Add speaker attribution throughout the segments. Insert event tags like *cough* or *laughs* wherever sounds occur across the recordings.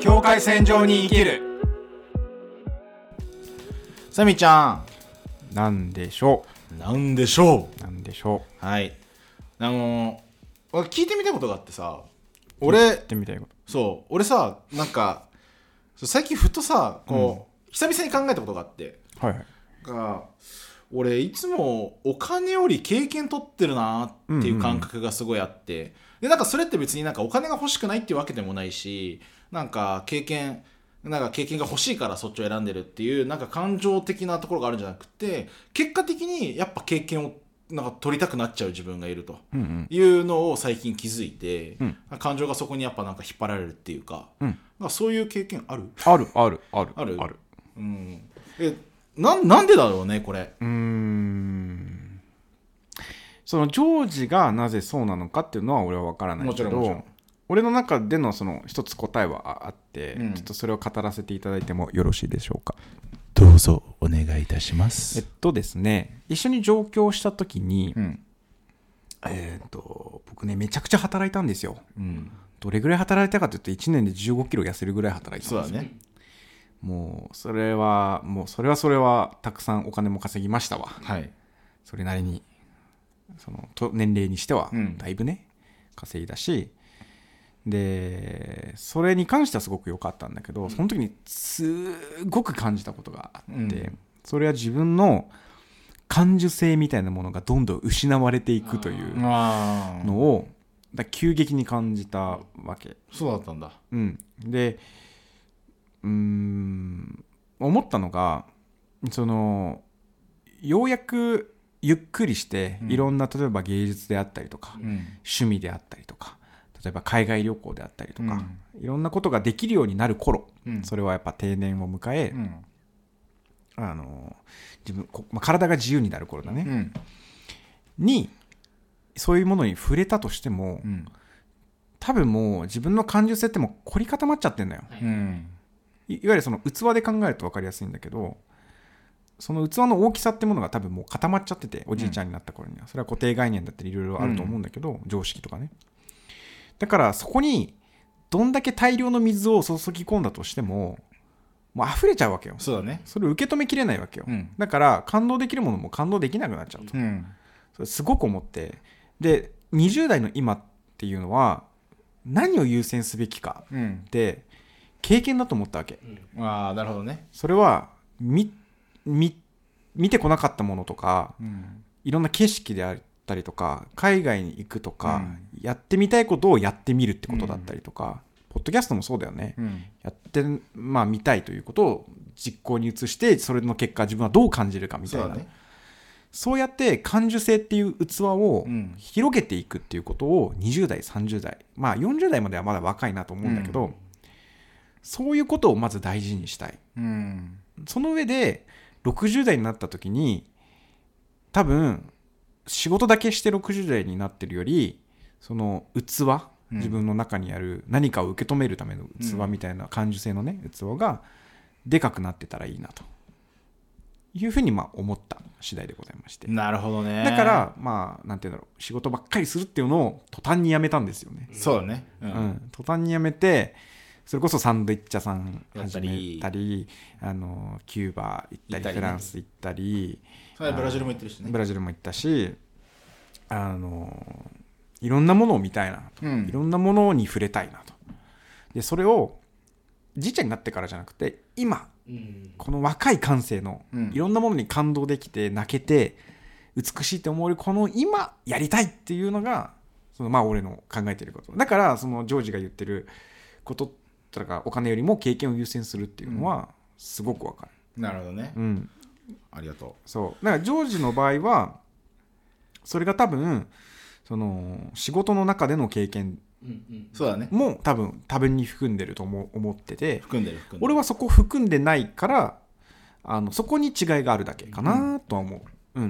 Speaker 1: 境界線上に生きる
Speaker 2: サミちゃんなんでしょ
Speaker 1: なんでしょ
Speaker 2: うなんでしょ
Speaker 1: うはいあのー俺聞いてみたいことがあってさ
Speaker 2: うっ
Speaker 1: 俺
Speaker 2: てみたいこと
Speaker 1: そう俺さなんかそう最近ふとさこう、久々に考えたことがあって
Speaker 2: はいはい
Speaker 1: が俺いつもお金より経験取ってるなーっていう感覚がすごいあって、でなんかそれって別になんかお金が欲しくないっていうわけでもないしなんか経験なんか経験が欲しいからそっちを選んでるっていうなんか感情的なところがあるんじゃなくて結果的にやっぱ経験をなんか取りたくなっちゃう自分がいると
Speaker 2: うんうん
Speaker 1: いうのを最近気づいて、
Speaker 2: うん
Speaker 1: 感情がそこにやっぱなんか引っ張られるっていうか,、
Speaker 2: うん
Speaker 1: そういう経験ある、
Speaker 2: あるあるある
Speaker 1: ある
Speaker 2: ある
Speaker 1: うん、えなんなんでだろうねこれ。
Speaker 2: うーんそのジョージがなぜそうなのかっていうのは俺は分からないけ
Speaker 1: もちろんもちろ
Speaker 2: ど
Speaker 1: ん
Speaker 2: 俺の中でのその一つ答えはああって、
Speaker 1: うん
Speaker 2: ちょっとそれを語らせていただいてもよろしいでしょうか
Speaker 1: どうぞお願いいたしま
Speaker 2: えっ
Speaker 1: す。
Speaker 2: とですね一緒に上京した時に、
Speaker 1: うん。
Speaker 2: えーっと僕ねめちゃくちゃ働いたんですよ
Speaker 1: うん。
Speaker 2: どれぐらい働いたかというと1年で1 5キロ痩せるぐらい働いた
Speaker 1: そ
Speaker 2: ん
Speaker 1: う
Speaker 2: で
Speaker 1: だ
Speaker 2: すよ
Speaker 1: ね。
Speaker 2: もうそれはもうそれはそれはたくさんお金も稼ぎましたわ
Speaker 1: はい。
Speaker 2: それなりにそのと年齢にしては
Speaker 1: うん
Speaker 2: だいぶね、稼いだしでそれに関してはすごく良かったんだけど、その時にすごく感じたことがあって、
Speaker 1: うん
Speaker 2: それは自分の感受性みたいなものがどんどん失われていくという
Speaker 1: あ
Speaker 2: のをだ急激に感じたわけ
Speaker 1: そうだったんだ。
Speaker 2: うん、でうーん思ったのがそのようやくゆっくりして、
Speaker 1: うん
Speaker 2: いろんな例えば芸術であったりとか、
Speaker 1: うん。
Speaker 2: 趣味であったりとか例えば海外旅行であったりとか、
Speaker 1: う
Speaker 2: いろんなことができるようになる頃、
Speaker 1: うん
Speaker 2: それはやっぱ定年を迎え
Speaker 1: う、ん。
Speaker 2: あの自分こまあ体が自由になる頃だ
Speaker 1: う
Speaker 2: ね、
Speaker 1: ん。
Speaker 2: にそういうものに触れたとしても、
Speaker 1: うん。
Speaker 2: 多分もう自分の感受性ってもう凝り固まっちゃってんだよ。
Speaker 1: うん。
Speaker 2: いいわゆるその器で考えると分かりやすいんだけどその器の大きさってものが多分もう固まっちゃってておじいちゃんになった頃には、それは固定概念だったりいろいろあると思うんだけど、常識とかねだからそこにどんだけ大量の水を注ぎ込んだとしてももう溢れちゃうわけよ
Speaker 1: そうだね。
Speaker 2: それを受け止めきれないわけよ、
Speaker 1: うん。
Speaker 2: だから感動できるものも感動できなくなっちゃうと、
Speaker 1: うん。
Speaker 2: それすごく思ってで20代の今っていうのは何を優先すべきか
Speaker 1: うん
Speaker 2: っ。て経験だと思ったわけ
Speaker 1: ああ、なるほどね。
Speaker 2: それは見見見てこなかったものとか
Speaker 1: うん。
Speaker 2: いろんな景色であったりとか海外に行くとか、やってみたいことをやってみるってことだったりとか、ポッドキャストもそうだよね、
Speaker 1: うん。
Speaker 2: やってまあ見たいということを実行に移してそれの結果自分はどう感じるかみた
Speaker 1: そ
Speaker 2: いうな
Speaker 1: だね。
Speaker 2: そうやって感受性っていう器を
Speaker 1: うん
Speaker 2: 広げていくっていうことを20代30代まあ40代まではまだ若いなと思うんだけど、
Speaker 1: う
Speaker 2: そういうことをまず大事にしたい
Speaker 1: うん。
Speaker 2: その上で60代になった時に多分仕事だけして60代になってるよりその器
Speaker 1: うん
Speaker 2: 自分の中にある何かを受け止めるための器みたいな感受性のね器がでかくなってたらいいなというふうにまあ思った次第でございまして
Speaker 1: なるほどね。
Speaker 2: だか、らまあなんて言うんだろう仕事ばっかりするっていうのを途端にやめたんですよね
Speaker 1: そうだね。う
Speaker 2: う。ん、途端にやめてそれこそサンドイッチ屋さん
Speaker 1: やった
Speaker 2: 始
Speaker 1: り
Speaker 2: めたりあのキューバ行っ
Speaker 1: 行
Speaker 2: た
Speaker 1: った
Speaker 2: り
Speaker 1: りね
Speaker 2: フランス行ったり
Speaker 1: それでブラジルも行ってるしね。
Speaker 2: ブラジルも行ったしあのいろんなものを見たいなと、
Speaker 1: うん
Speaker 2: いろんなものに触れたいなとでそれをじいちゃんになってからじゃなくて今
Speaker 3: うん
Speaker 2: この若い感性の
Speaker 1: うん
Speaker 2: いろんなものに感動できて泣けて美しいって思えるこの今やりたいっていうのがそのまあ俺の考えてることだからそのジョージが言ってることとかお金よりも経験を優先するっていうのはすごくわかる、
Speaker 1: なるほどね
Speaker 2: う。ん、
Speaker 1: ありがと
Speaker 2: そうだからジョージの場合はそれが多分その仕事の中での経験
Speaker 3: うんうん
Speaker 1: う。そうだね。
Speaker 2: も多分多分に含んでると思思ってて
Speaker 1: 含んでる含んでる。
Speaker 2: 俺はそこ含んでないからあのそこに違いがあるだけかなとは思う、うん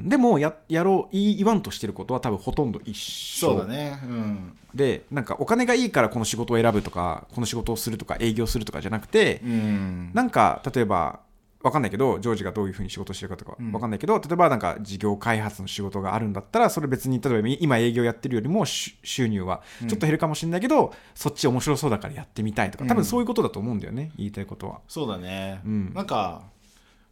Speaker 2: でもややろう言い言わんとしてることは多分ほとんど一緒
Speaker 1: そうだね。うん。
Speaker 2: でなんかお金がいいからこの仕事を選ぶとかこの仕事をするとか営業するとかじゃなくて、
Speaker 1: うん。
Speaker 2: なんか例えばわかんないけどジョージがどういうふうに仕事してるかとか
Speaker 1: うん
Speaker 2: わかんないけど、例えばなんか事業開発の仕事があるんだったらそれ別に例えば今営業やってるよりも収収入はちょっと減るかもしれないけど、そっち面白そうだからやってみたいとか多分そういうことだと思うんだよね、言いたいことは。
Speaker 1: そうだね、
Speaker 2: うん
Speaker 1: なんか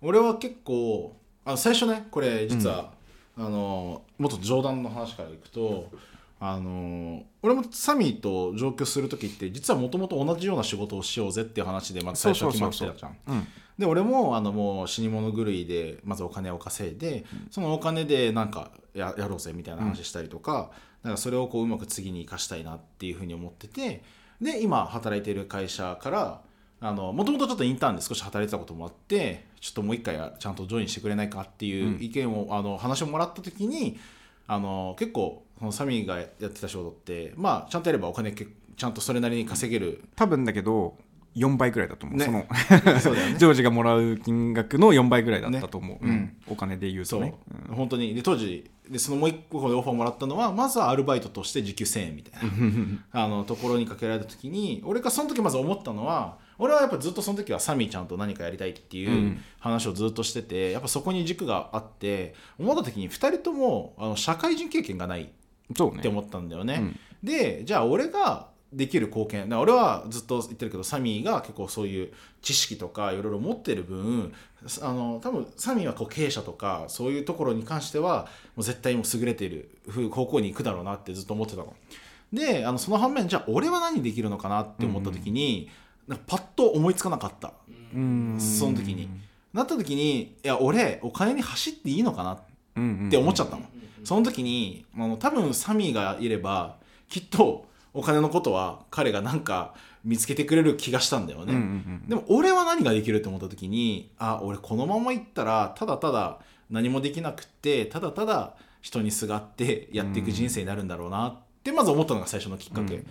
Speaker 1: 俺は結構あ最初ねこれ実は、あのもっと冗談の話からいくとあの俺もサミーと上京する時って実はもともと同じような仕事をしようぜっていう話でまず最初は決まってたじゃん
Speaker 2: そうそうそうそううん
Speaker 1: で俺もあのもう死に物狂いでまずお金を稼いで、そのお金でなんかややろうぜみたいな話したりとか,、なんかそれをこううまく次に生かしたいなっていうふうに思っててで今働いてる会社からもともとちょっとインターンで少し働いてたこともあってちょっともう一回やちゃんとジョインしてくれないかっていう意見を、あの話をもらった時にあの結構そのサミーがやってた仕事ってまあちゃんとやればお金けちゃんとそれなりに稼げる、
Speaker 2: 多分だけど4倍くらいだと思う、
Speaker 1: ね
Speaker 2: その
Speaker 1: *laughs* そうだよね
Speaker 2: *laughs* ジョージがもらう金額の4倍ぐらいだったと思う、
Speaker 1: ね
Speaker 2: うんお金で言う
Speaker 1: そ
Speaker 2: と
Speaker 1: う、
Speaker 2: ねうん
Speaker 1: 本当にで当時でそのもう一個でオファーもらったのはまずはアルバイトとして時給1000円みた
Speaker 2: *laughs*
Speaker 1: いなあのところにかけられた時に俺がその時まず思ったのは俺はやっぱずっとその時はサミーちゃんと何かやりたいっていううん話をずっとしてて、やっぱそこに軸があって思った時に2人ともあの社会人経験がない
Speaker 2: そう
Speaker 1: って
Speaker 2: ね
Speaker 1: 思ったんだよね。
Speaker 2: うん
Speaker 1: でじゃあ俺ができる貢献だから俺はずっと言ってるけどサミーが結構そういう知識とかいろいろ持ってる分あの多分サミーはこう経営者とかそういうところに関してはもう絶対もう優れている風方向に行くだろうなってずっと思ってたの。であのその反面じゃあ俺は何できるのかなって思った時に、なんかパッと思いつかなかった
Speaker 2: うん
Speaker 1: その時に。なった時にいや俺お金に走っていいのかなって
Speaker 2: っ
Speaker 1: って思っちゃ
Speaker 2: っ
Speaker 1: ったの、その時にあの多分サミーがいればきっとお金のことは彼がなんか見つけてくれる気がしたんだよね、でも俺は何ができるって思った時にあ俺このままいったらただただ何もできなくってただただ人にすがってやっていく人生になるんだろうなってまず思ったのが最初のきっかけ、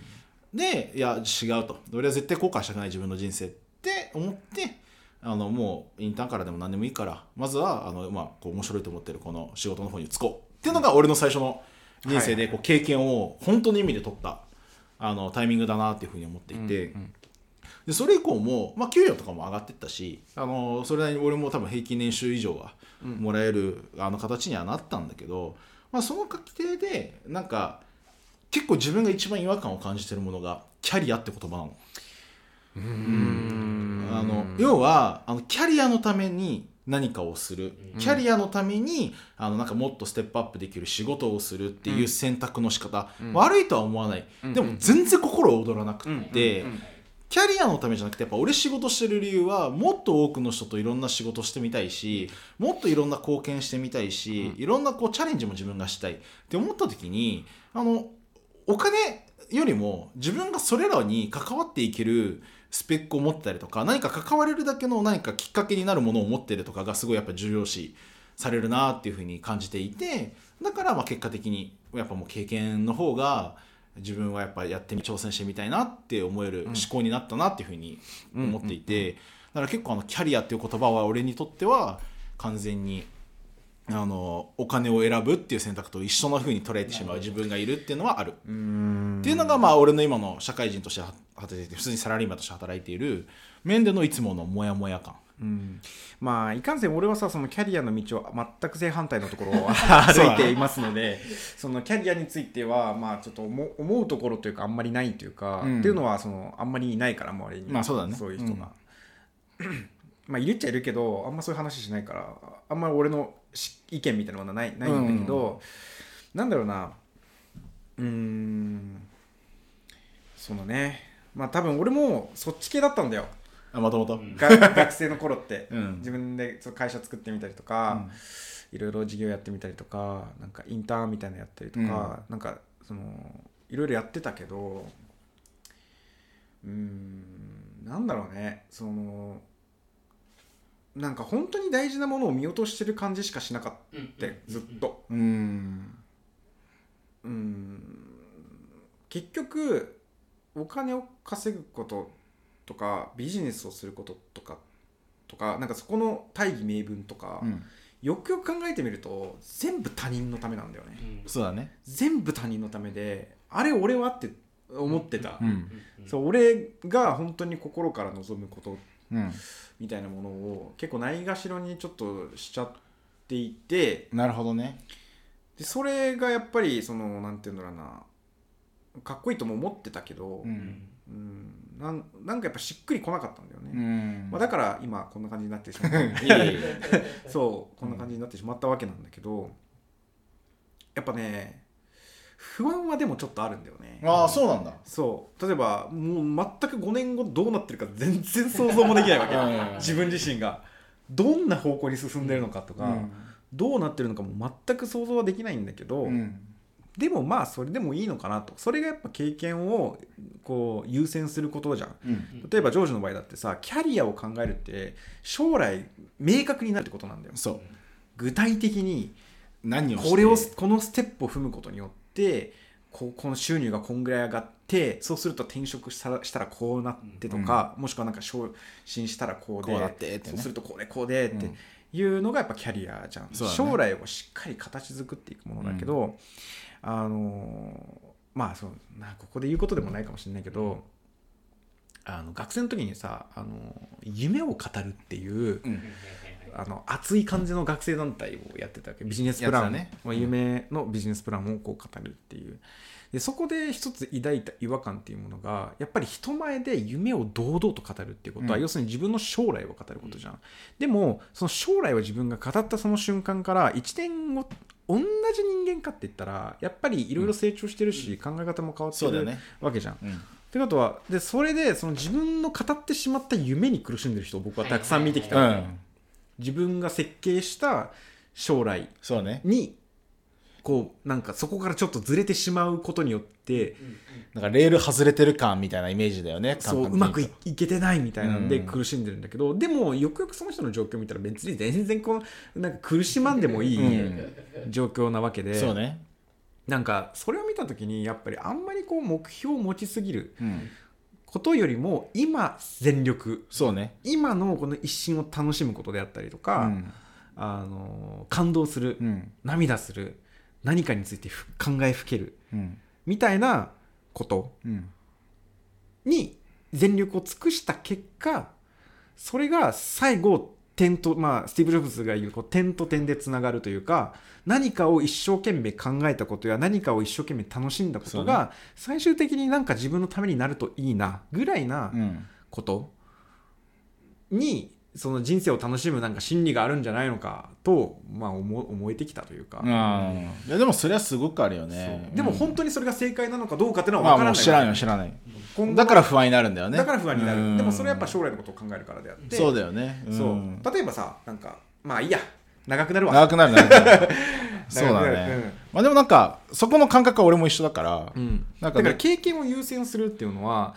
Speaker 1: でいや違うと俺は絶対後悔したくない自分の人生って思ってあのもうインターンからでも何でもいいからまずはあの、まあ、こう面白いと思ってるこの仕事の方に就こうっていうのが俺の最初の人生でこう経験を本当の意味で取ったあのタイミングだなっていうふうに思っていて。でそれ以降も、まあ、給料とかも上がってったし、あのそれなりに俺も多分平均年収以上はもらえる、あの形にはなったんだけど、まあ、その過程でなんか結構自分が一番違和感を感じてるものがキャリアって言葉なの。あの要はあのキャリアのために何かをする、キャリアのためにあのなんかもっとステップアップできる仕事をするっていう選択の仕方、悪いとは思わない、
Speaker 2: うん
Speaker 1: でも全然心躍らなくって、
Speaker 2: うんうんうん
Speaker 1: キャリアのためじゃなくてやっぱ俺仕事してる理由はもっと多くの人といろんな仕事してみたいしもっといろんな貢献してみたいし、いろんなこうチャレンジも自分がしたいって思った時にあのお金よりも自分がそれらに関わっていけるスペックを持ってたりとか何か関われるだけの何かきっかけになるものを持ってるとかがすごいやっぱ重要視されるなっていうふうに感じていてだからまあ結果的にやっぱもう経験の方が自分はやっぱやってみ挑戦してみたいなって思える思考になったなっていうふうに思っていてだから結構あのキャリアっていう言葉は俺にとっては完全にあのお金を選ぶっていう選択と一緒の風に捉えてしまう自分がいるっていうのはあるっていうのがまあ俺の今の社会人として働いて普通にサラリーマンとして働いている面でのいつものモヤモヤ感
Speaker 2: うんまあいかんせん俺はさそのキャリアの道を全く正反対のところを歩いていますのでそのキャリアについてはまあちょっと思う思うところというかあんまりないというか、
Speaker 1: うん
Speaker 2: っていうのはそのあんまりいないから周りに、
Speaker 1: まあそうだね
Speaker 2: いう人が、まあいるっちゃいるけどあんまそういう話しないからあんまり俺のし意見みたいなものはないないんだけど、なんだろうなうーんそのねまあ多分俺もそっち系だったんだよ
Speaker 1: あまともと
Speaker 2: が学生の頃って、
Speaker 1: うん
Speaker 2: 自分でそう会社作ってみたりとか、いろいろ事業やってみたりとかなんかインターンみたいなのやったりとか、なんかそのいろいろやってたけどうーんなんだろうねそのなんか本当に大事なものを見落としてる感じしかしなかった、ずっと。
Speaker 1: うん
Speaker 2: うん結局お金を稼ぐこととかビジネスをすることとかとかなんかそこの大義名分とか、
Speaker 1: うん
Speaker 2: よくよく考えてみると全部他人のためなんだよね、
Speaker 1: そうだね
Speaker 2: 全部他人のためであれ俺はって思ってた、
Speaker 1: うん
Speaker 2: そう俺が本当に心から望むこと
Speaker 1: うん、
Speaker 2: みたいなものを結構ないがしろにちょっとしちゃっていて
Speaker 1: なるほどね
Speaker 2: でそれがやっぱりそのなんていうんだろうなかっこいいとも思ってたけど、
Speaker 1: う
Speaker 2: うんんなんなんかやっぱしっくりこなかったんだよね、
Speaker 1: うん
Speaker 2: まあ、だから今こんな感じになってしまっ
Speaker 1: *laughs*
Speaker 2: た
Speaker 1: いやいやいや
Speaker 2: *laughs* そうこんな感じになってしまったわけなんだけど、やっぱね不安はでもちょっとあるんだよね
Speaker 1: ああそうなんだ
Speaker 2: そう例えばもう全く5年後どうなってるか全然想像もできないわけ
Speaker 1: うんうんうん
Speaker 2: 自分自身がどんな方向に進んでるのかとか、どうなってるのかも全く想像はできないんだけど、
Speaker 1: うん
Speaker 2: でもまあそれでもいいのかなとそれがやっぱ経験をこう優先することじゃん
Speaker 1: うん
Speaker 2: 例えばジョージの場合だってさキャリアを考えるって将来明確になるってことなんだよ
Speaker 1: そう
Speaker 2: 具体的に
Speaker 1: 何をして
Speaker 2: これをこのステップを踏むことによってここの収入がこんぐらい上がってそうすると転職したらしたらこうなってとか、もしくはなんか昇進したらこうで
Speaker 1: こうなってって
Speaker 2: そう
Speaker 1: ね
Speaker 2: するとこうでこうでっ
Speaker 1: う
Speaker 2: て
Speaker 1: ん
Speaker 2: いうのがやっぱキャリアじゃん、
Speaker 1: そうだね
Speaker 2: 将来をしっかり形作っていくものだけど、あのーまあそうなここで言うことでもないかもしれないけど、あの学生の時にさ、あのー夢を語るっていう
Speaker 1: うん
Speaker 2: あの熱い感じの学生団体をやってたわけビジネスプラン、
Speaker 1: やつだね
Speaker 2: まあ夢のビジネスプランをこう語るっていうでそこで一つ抱いた違和感っていうものがやっぱり人前で夢を堂々と語るっていうことは、
Speaker 1: うん
Speaker 2: 要するに自分の将来を語ることじゃん、でもその将来を自分が語ったその瞬間から1年後同じ人間かって言ったらやっぱりいろいろ成長してるし、考え方も変わって
Speaker 1: そうだよ
Speaker 2: る
Speaker 1: ね
Speaker 2: わけじゃん。っ
Speaker 1: うん
Speaker 2: てことはでそれでその自分の語ってしまった夢に苦しんでる人を僕はたくさん見てきた
Speaker 1: う
Speaker 2: わけ
Speaker 1: ん
Speaker 2: 自分が設計した将来
Speaker 1: そうね
Speaker 2: にこうなんかそこからちょっとずれてしまうことによって
Speaker 1: なんかレール外れてる感みたいなイメージだよね
Speaker 2: そうう
Speaker 1: 簡単
Speaker 2: ま
Speaker 1: に
Speaker 2: く
Speaker 1: 言
Speaker 2: いいけてないみたいなんで
Speaker 1: うん
Speaker 2: 苦しんでるんだけどでもよくよくその人の状況を見たら別に全然こうなんか苦しまんでもいい
Speaker 1: うん
Speaker 2: 状況なわけで、
Speaker 1: そうね
Speaker 2: なんかそれを見た時にやっぱりあんまりこう目標を持ちすぎる
Speaker 1: うん
Speaker 2: ことよりも今全力
Speaker 1: そうね
Speaker 2: 今のこの一瞬を楽しむことであったりとか、
Speaker 1: うん
Speaker 2: あの感動する、
Speaker 1: うん
Speaker 2: 涙する何かについてふ考えふける
Speaker 1: うん
Speaker 2: みたいなこと
Speaker 1: うん
Speaker 2: に全力を尽くした結果それが最後点と、まあ、スティーブ・ジョブズが言うこう点と点でつながるというか何かを一生懸命考えたことや何かを一生懸命楽しんだことが、最終的になんか自分のためになるといいなぐらいな
Speaker 1: うん
Speaker 2: ことにその人生を楽しむなんか心理があるんじゃないのかと、まあ、思思えてきたというか。
Speaker 1: うんいやでもそれはすごくあるよね
Speaker 2: そうでも本当にそれが正解なのかどうかっていうのは
Speaker 1: ま
Speaker 2: 分
Speaker 1: あも
Speaker 2: から
Speaker 1: う
Speaker 2: ない
Speaker 1: 知らんよ知らない
Speaker 2: 今後
Speaker 1: だから不安になるんだよね
Speaker 2: だから不安にな
Speaker 1: う
Speaker 2: る
Speaker 1: ん
Speaker 2: でもそれはやっぱ将来のことを考えるからであって
Speaker 1: そうだよねん
Speaker 2: そう例えばさなんかまあいいや長くなる
Speaker 1: *laughs*
Speaker 2: わ
Speaker 1: 長くなる長くな
Speaker 2: *laughs*
Speaker 1: るそうだ
Speaker 2: 長くなるうん
Speaker 1: ねまあでもなんかそこの感覚は俺も一緒だから
Speaker 2: うん
Speaker 1: なんか
Speaker 2: だか
Speaker 1: ね
Speaker 2: ら経験を優先するっていうのは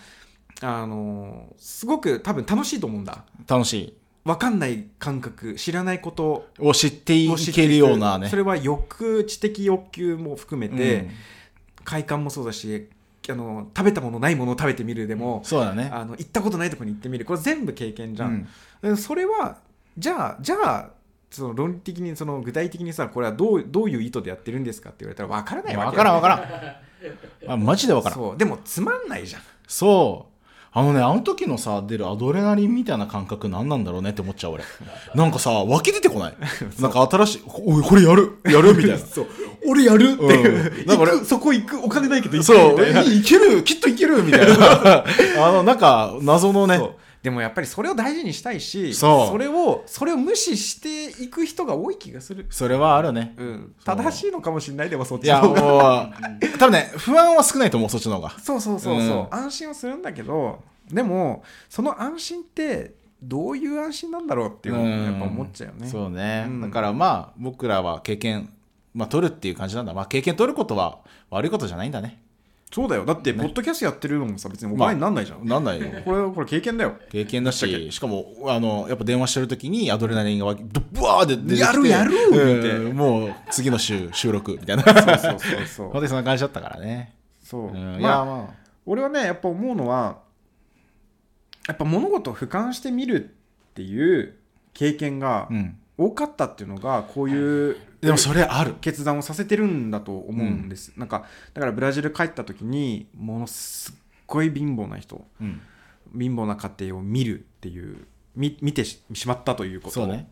Speaker 2: あのーすごく多分楽しいと思うんだ
Speaker 1: 楽しい
Speaker 2: 分かんない感覚知らないこと
Speaker 1: を知ってい
Speaker 2: を知って
Speaker 1: け
Speaker 2: いく
Speaker 1: るようなね
Speaker 2: それは欲知的欲求も含め
Speaker 1: う
Speaker 2: て
Speaker 1: ん
Speaker 2: 快感もそうだしあの食べたものないものを食べてみるでも
Speaker 1: そうだね
Speaker 2: あの行ったことないとこに行ってみるこれ全部経験じゃ
Speaker 1: うん
Speaker 2: ん、でそれはじゃあじゃあその論理的にその具体的にさこれはどうどういう意図でやってるんですかって言われたら分からないわ
Speaker 1: 分
Speaker 2: け
Speaker 1: からん分からんあマジで分からん
Speaker 2: そうでもつまんないじゃん
Speaker 1: そう。あのね、あの時のさ、出るアドレナリンみたいな感覚何なんだろうねって思っちゃう俺。なんかさ、湧き出てこ
Speaker 2: *laughs*
Speaker 1: ない。なんか新しい、おい、これやるやるみたいな。
Speaker 2: そう俺やるって
Speaker 1: いう
Speaker 2: だ *laughs* から
Speaker 1: 行
Speaker 2: そこ行くお金ないけど
Speaker 1: そう、いいいけるきっといけるみたいな。あの、なんか、謎のね。
Speaker 2: でもやっぱりそれを大事にしたいし
Speaker 1: そう
Speaker 2: れをそれを無視していく人が多い気がする、
Speaker 1: それはあるね。
Speaker 2: うん、正しいのかもしれないでもそっ
Speaker 1: い
Speaker 2: ちの
Speaker 1: や、
Speaker 2: 方
Speaker 1: もう
Speaker 2: が、
Speaker 1: 多分ね、不安は少ないと思う、そっちの方が。
Speaker 2: そうそうそうそう、
Speaker 1: うん
Speaker 2: 安心をするんだけどでもその安心ってどういう安心なんだろうっていうのをやっぱ思っちゃうよね、
Speaker 1: んそうね、
Speaker 2: うん
Speaker 1: だからまあ僕らは経験、まあ、取るっていう感じなんだ、まあ、経験取ることは悪いことじゃないんだ
Speaker 2: *laughs*
Speaker 1: ね
Speaker 2: そうだよ。だって、ポッドキャストやってるのもさ、別にお金になんないじゃん。
Speaker 1: なんないよ
Speaker 2: これ、これ経験だよ。
Speaker 1: 経験だ
Speaker 2: ぶっちゃ
Speaker 1: し、しかも、あの、やっぱ電話してる時にアドレナリンがわきドブワーで出てきて。
Speaker 2: やるやる
Speaker 1: うんもう、次の週、収録みたいな。 *laughs* そう
Speaker 2: そうそうそ
Speaker 1: 本当。にそんな感じだったからね。
Speaker 2: そう。
Speaker 1: うんいや、
Speaker 2: まあ、
Speaker 1: まあ、
Speaker 2: 俺はね、やっぱ思うのは、やっぱ物事を俯瞰してみるっていう経験が
Speaker 1: うん。
Speaker 2: 多かったっていうのが、こういう
Speaker 1: でもそれある。
Speaker 2: 決断をさせてるんだと思うんです。なんか、だからブラジル帰った時に、ものすっごい貧乏な人、
Speaker 1: うん。
Speaker 2: 貧乏な家庭を見るっていう見見てししまったというこ
Speaker 1: そ
Speaker 2: と
Speaker 1: うね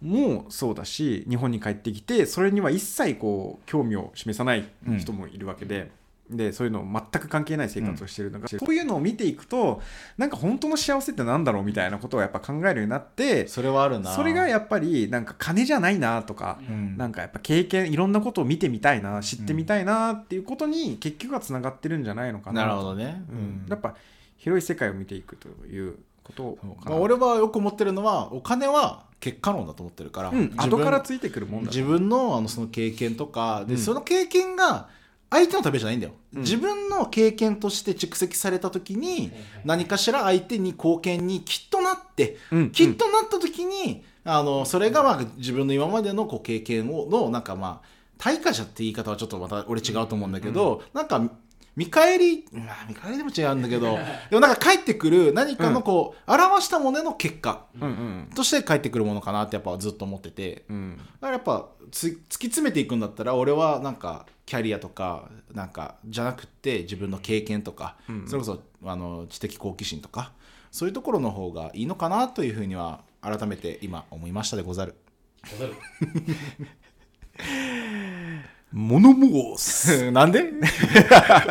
Speaker 2: もそうだし日本に帰ってきてそれには一切こう興味を示さない人もいるわけで。でそういうの全く関係ない生活をしてるのが、そういうのを見ていくとなんか本当の幸せってなんだろうみたいなことをやっぱ考えるようになって
Speaker 1: それはあるな
Speaker 2: それがやっぱりなんか金じゃないなとか、
Speaker 1: うん
Speaker 2: なんかやっぱ経験いろんなことを見てみたいな知ってみたいなっていうことに結局はつながってるんじゃないのかな
Speaker 1: なるほ
Speaker 2: ど、
Speaker 1: どね、
Speaker 2: うんやっぱ広い世界を見ていくということ
Speaker 1: そうま
Speaker 2: かな
Speaker 1: あ、俺はよく思ってるのはお金は結果論だと思ってるから、
Speaker 2: うん、
Speaker 1: 自分
Speaker 2: 後からついてくるもんだ
Speaker 1: 自分のあのその経験とかで、
Speaker 2: うん
Speaker 1: その経験が相手のためじゃないんだよ、
Speaker 2: うん
Speaker 1: 自分の経験として蓄積された時に何かしら相手に貢献にきっとなって、
Speaker 2: うん
Speaker 1: きっとなった時にあのそれがまあ自分の今までのこう経験をのなんかまあ対価者って言い方はちょっとまた俺違うと思うんだけど、なんか見返り、まあ、見返りでも違うんだけ *laughs* どでもなんか返ってくる何かのこう、表したものの結果
Speaker 2: うんうん
Speaker 1: として返ってくるものかなってやっぱずっと思ってて
Speaker 2: うん
Speaker 1: だからやっぱつ突き詰めていくんだったら俺はなんかキャリアとかなんかじゃなくって自分の経験とか、
Speaker 2: うん
Speaker 1: それこそあの知的好奇心とかそういうところの方がいいのかなというふうには改めて今思いましたでござる。
Speaker 2: 物申す
Speaker 1: *laughs* なん
Speaker 2: *laughs*
Speaker 1: で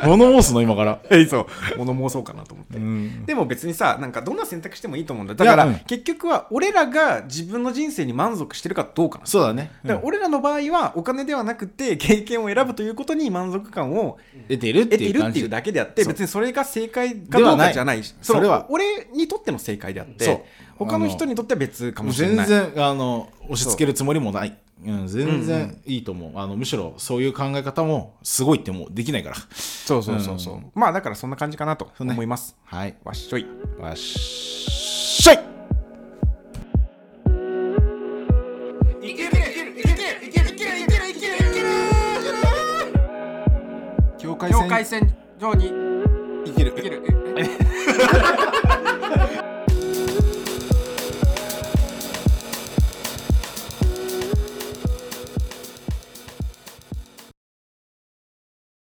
Speaker 1: 物申すの今から。
Speaker 2: えそう物申そうかなと思って
Speaker 1: うん、
Speaker 2: でも別にさなんかどんな選択してもいいと思うんだよだから、
Speaker 1: いやうん
Speaker 2: 結局は俺らが自分の人生に満足してるかどうかなんです
Speaker 1: そうだね。
Speaker 2: だから俺らの場合はお金ではなくて経験を選ぶということに満足感を
Speaker 1: 出ているって
Speaker 2: 得て
Speaker 1: い
Speaker 2: いうるっ
Speaker 1: 感
Speaker 2: て
Speaker 1: じ
Speaker 2: いうだけであって
Speaker 1: そう
Speaker 2: 別にそれが正解かどうかじゃないし
Speaker 1: それは
Speaker 2: 俺にとっての正解であって
Speaker 1: そう
Speaker 2: 他の人にとっては別かもしれ
Speaker 1: 全
Speaker 2: ない
Speaker 1: 然あの押し付けるつもりもない、うん、全然いいと思う、あのむしろそういう考え方もすごいってもうできないから
Speaker 2: そうそうそうそう、
Speaker 1: うん
Speaker 2: まあだからそんな感じかなと
Speaker 1: うね
Speaker 2: 思います、
Speaker 1: はい
Speaker 2: わっしょい
Speaker 1: わっしょい
Speaker 3: いけるいけるいけるいけるいけるいけるいけるいける
Speaker 1: 境界
Speaker 3: 境界線上に
Speaker 1: いける
Speaker 3: いける